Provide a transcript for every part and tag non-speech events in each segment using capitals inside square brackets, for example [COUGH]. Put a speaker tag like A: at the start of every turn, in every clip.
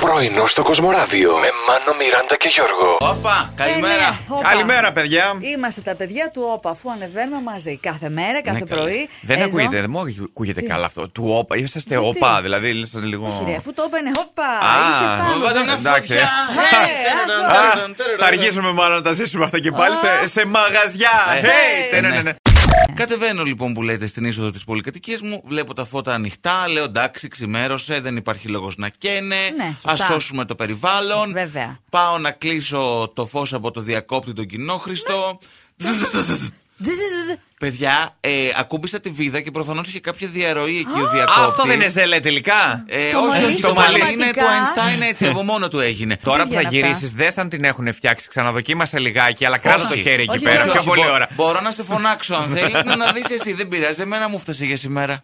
A: Πρωινό στο Κοσμοράδιο με Μάνο, Μιράντα και Γιώργο.
B: Όπα, καλημέρα.
C: Ε, ναι, όπα.
D: Καλημέρα, παιδιά.
C: Είμαστε τα παιδιά του ΟΠΑ, αφού ανεβαίνουμε μαζί κάθε μέρα, κάθε
D: Ναι, καλά.
C: πρωί.
D: Δεν
C: Εδώ-
D: ακούγεται, δεν μου ακούγεται καλά αυτό. Του όπα, είσαστε
C: Γιατί?
D: όπα, δηλαδή είσαστε λίγο.
C: Όχι, ρε, αφού το όπα είναι όπα.
D: Α,
C: είσαι
D: μου
C: πάνω.
B: Βάζαμε μια
D: Εντάξει.
B: φωτιά.
C: Ε,
B: Ε, τερεραν,
C: αυτό.
D: Α,
B: τερεραν, τερεραν.
D: Θα αργήσουμε μάλλον να τα ζήσουμε αυτά και πάλι σε, σε μαγαζιά.
B: Ε,
D: Hey,
C: ε,
D: ναι, ναι,
B: ναι.
D: ναι.
B: Κατεβαίνω λοιπόν που λέτε στην είσοδο της πολυκατοικίας μου, βλέπω τα φώτα ανοιχτά, λέω εντάξει, ξημέρωσε, δεν υπάρχει λόγος να καίνε.
C: Ναι,
B: Ας
C: σωστά.
B: σώσουμε το περιβάλλον.
C: Βέβαια.
B: Πάω να κλείσω το φως από το διακόπτη τον κοινόχρηστο.
C: Ναι.
B: Ζζζζζζ.
C: Τζιζιζιζι.
B: Παιδιά, ε, ακούμπησα τη βίδα και προφανώς είχε κάποια διαρροή εκεί ο
D: Α,
B: διακόπτης.
D: αυτό δεν είναι ζελέ τελικά.
B: Ε,
C: Το
B: όχι,
C: μαλλί
B: όχι, το
C: σου
B: μαλλί
C: πραγματικά.
B: είναι του Einstein έτσι, από μόνο του έγινε.
D: Τώρα που θα
C: πήγαινε αυτά.
D: γυρίσει, δε αν την έχουν φτιάξει, ξαναδοκίμασε λιγάκι, αλλά κράτα το χέρι εκεί
C: Όχι,
D: πέρα.
C: όχι,
D: Πιο
C: όχι,
D: πολύ
B: μπο-
D: ώρα.
B: Μπορώ να σε φωνάξω αν θέλεις να, να δεις εσύ. Δεν πειράζει, εμένα μου φτάσε για σήμερα.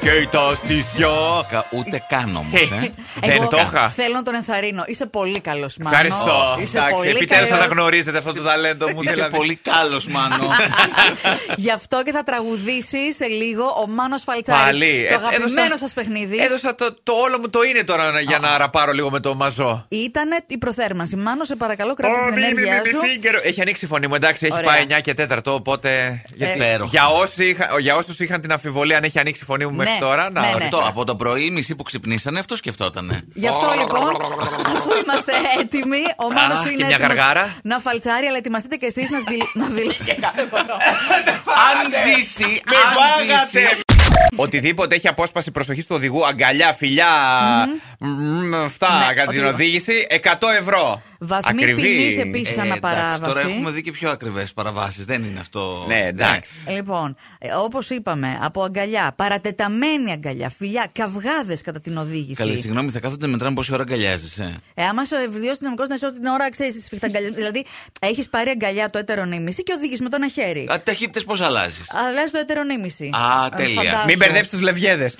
D: Και τα στήθια.
B: Κα- Ούτε καν όμως.
D: Ε,
B: Ε.
D: Δεν
C: Εγώ
D: το είχα.
C: Θέλω να τον ενθαρρύνω. Είσαι πολύ καλός, Μάνο.
D: Ευχαριστώ.
C: Είσαι
D: Εντάξει,
C: πολύ
D: επιτέλους θα τα
C: καλός.
D: γνωρίζετε αυτό το ταλέντο μου. Ναι,
B: Είσαι
D: δηλαδή.
B: πολύ καλός,
D: [LAUGHS]
B: Μάνο.
C: [LAUGHS] Γι' αυτό και θα τραγουδήσει σε λίγο ο Μάνος Φαλτσάρη.
D: Πάλι. Ε,
C: Το αγαπημένο
D: έδωσα-
C: σας παιχνίδι.
D: Έδωσα το, το όλο μου το είναι τώρα να- για να ραπάρω λίγο με το μαζό.
C: Ήταν η προθέρμανση. Μάνο, σε παρακαλώ,
D: Ω,
C: κράτα
D: μη,
C: την
D: μη, μη,
C: ενέργειά
D: μη,
C: σου.
D: φίγκερο. Έχει ανοίξει η φωνή μου, εντάξει, έχει
C: Ωραία. Ε,
D: πάει 9 και 4, οπότε. γιατί-
B: Υπέροχα.
D: για, όσοι είχα- για όσους είχαν την αφιβολία αν έχει ανοίξει η φωνή μου μέχρι
C: Ναι,
D: τώρα, να
C: ναι, ναι.
D: ορίστε.
B: αυτό από το πρωί, οι μισοί που ξυπνήσανε, αυτό σκεφτότανε.
C: Γι' αυτό λοιπόν, αφού είμαστε έτοιμοι, ο Μάνος
D: και
C: είναι
D: μια
C: έτοιμος
D: γαργάρα.
C: να φαλτσάρει, αλλά ετοιμαστείτε κι εσείς να, σδη- να δηλώσετε.
B: αν ζήσει,
D: Με
B: αν
D: βάγατε.
B: ζήσει.
D: Οτιδήποτε έχει απόσπαση προσοχής του οδηγού, αγκαλιά, φιλιά, μμμ, αυτά
C: Ναι,
D: κατά την
C: οτιδήποτε.
D: οδήγηση, 100 ευρώ.
C: Βαθμοί ποινής επίσης. σαν
B: Ε, εντάξει,
C: απαράβαση.
B: Τώρα έχουμε δει και πιο ακριβές παραβάσεις. Δεν είναι αυτό.
D: Ναι, εντάξει.
C: Λοιπόν, όπως είπαμε, από αγκαλιά, παρατεταμένη αγκαλιά, φιλιά, καυγάδες κατά την οδήγηση.
B: Καλή, συγγνώμη, θα κάθονται μετράνε πόση ώρα αγκαλιάζεσαι.
C: Ε, άμα είσαι ευλογικό δυναμικό, να είσαι όλη την ώρα, ξέρεις, σφιχταγκαλιά. δηλαδή, έχεις πάρει αγκαλιά το έτερο νήμιση και οδηγείς με το ένα χέρι.
B: Α, Ταχύτητε πώς αλλάζεις.
C: Αλλά το έτερο νήμιση. Ε,
B: Α, τέλεια.
D: Μην μπερδέψεις τους λευγέδες.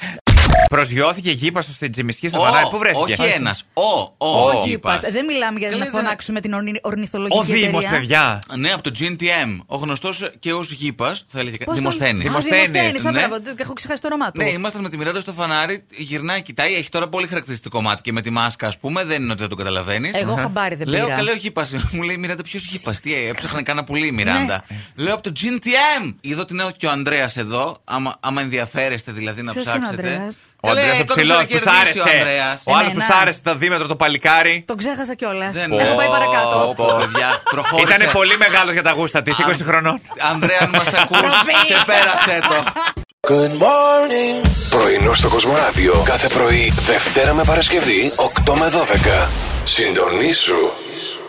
D: Προσγειώθηκε γήπασο στην Τζιμισκή στο φανάρι. Πού βρέθηκε.
B: Όχι ένα. Ο, ο,
C: Όχι,
B: γήπας.
C: είπα. Δεν μιλάμε για
B: Καλή,
C: να
B: δεν-
C: φωνάξουμε την ορνη- ορνηθολογική
D: Ο Δήμος,
C: εταιρεία.
D: παιδιά.
B: Ναι, από το GNTM. Ο γνωστός και ως γήπας, θα έλεγε.
C: Πώς τον-
B: Δημοσθένη.
C: Α,
D: Δημοσθένης,
C: Δημοσθένης, α,
B: Ε, ναι.
C: μπράβο, τε- Έχω ξεχάσει το όνομά του.
B: Ναι, ήμασταν με τη Μιράντα στο φανάρι, γυρνάει, κοιτάει, έχει τώρα πολύ χαρακτηριστικό μάτι και με τη μάσκα, ας πούμε, δεν είναι ότι δεν το καταλαβαίνεις.
C: Εγώ χαμπάρι δεν
B: Λέω,
C: πήρα. Ναι.
B: καλέ, ο γήπας. [LAUGHS] Μου λέει, Μιράντα, ποιος γήπας, τι ε, έψαχνε κάνα πουλί, η Μιράντα. Λέω από το GNTM. Είδα ότι είναι και ο Ανδρέας εδώ, άμα, άμα ενδιαφέρεστε δηλαδή να
C: Ποιος είναι ο
B: ψάξετε.
C: Ανδρέας?
D: Ο Αντρέα ο ψηλός τους άρεσε. Ο άλλος
C: Εμένα.
D: τους άρεσε το δίμετρο το παλικάρι.
C: Τον ξέχασα κιόλας.
B: Δεν-
C: Έχω πάει
B: Πω,
C: παρακάτω.
B: πω, παιδιά, προχώρησε.
D: Ήταν πολύ μεγάλος για τα γούστα της, 20 χρονών.
B: Ανδρέα, αν μας
D: [LAUGHS]
B: ακούς, σε πέρασε το.
A: Πρωινό στο Κοσμοράδιο κάθε πρωί, Δευτέρα με Παρασκευή, 8 με 12. Συντονίσου.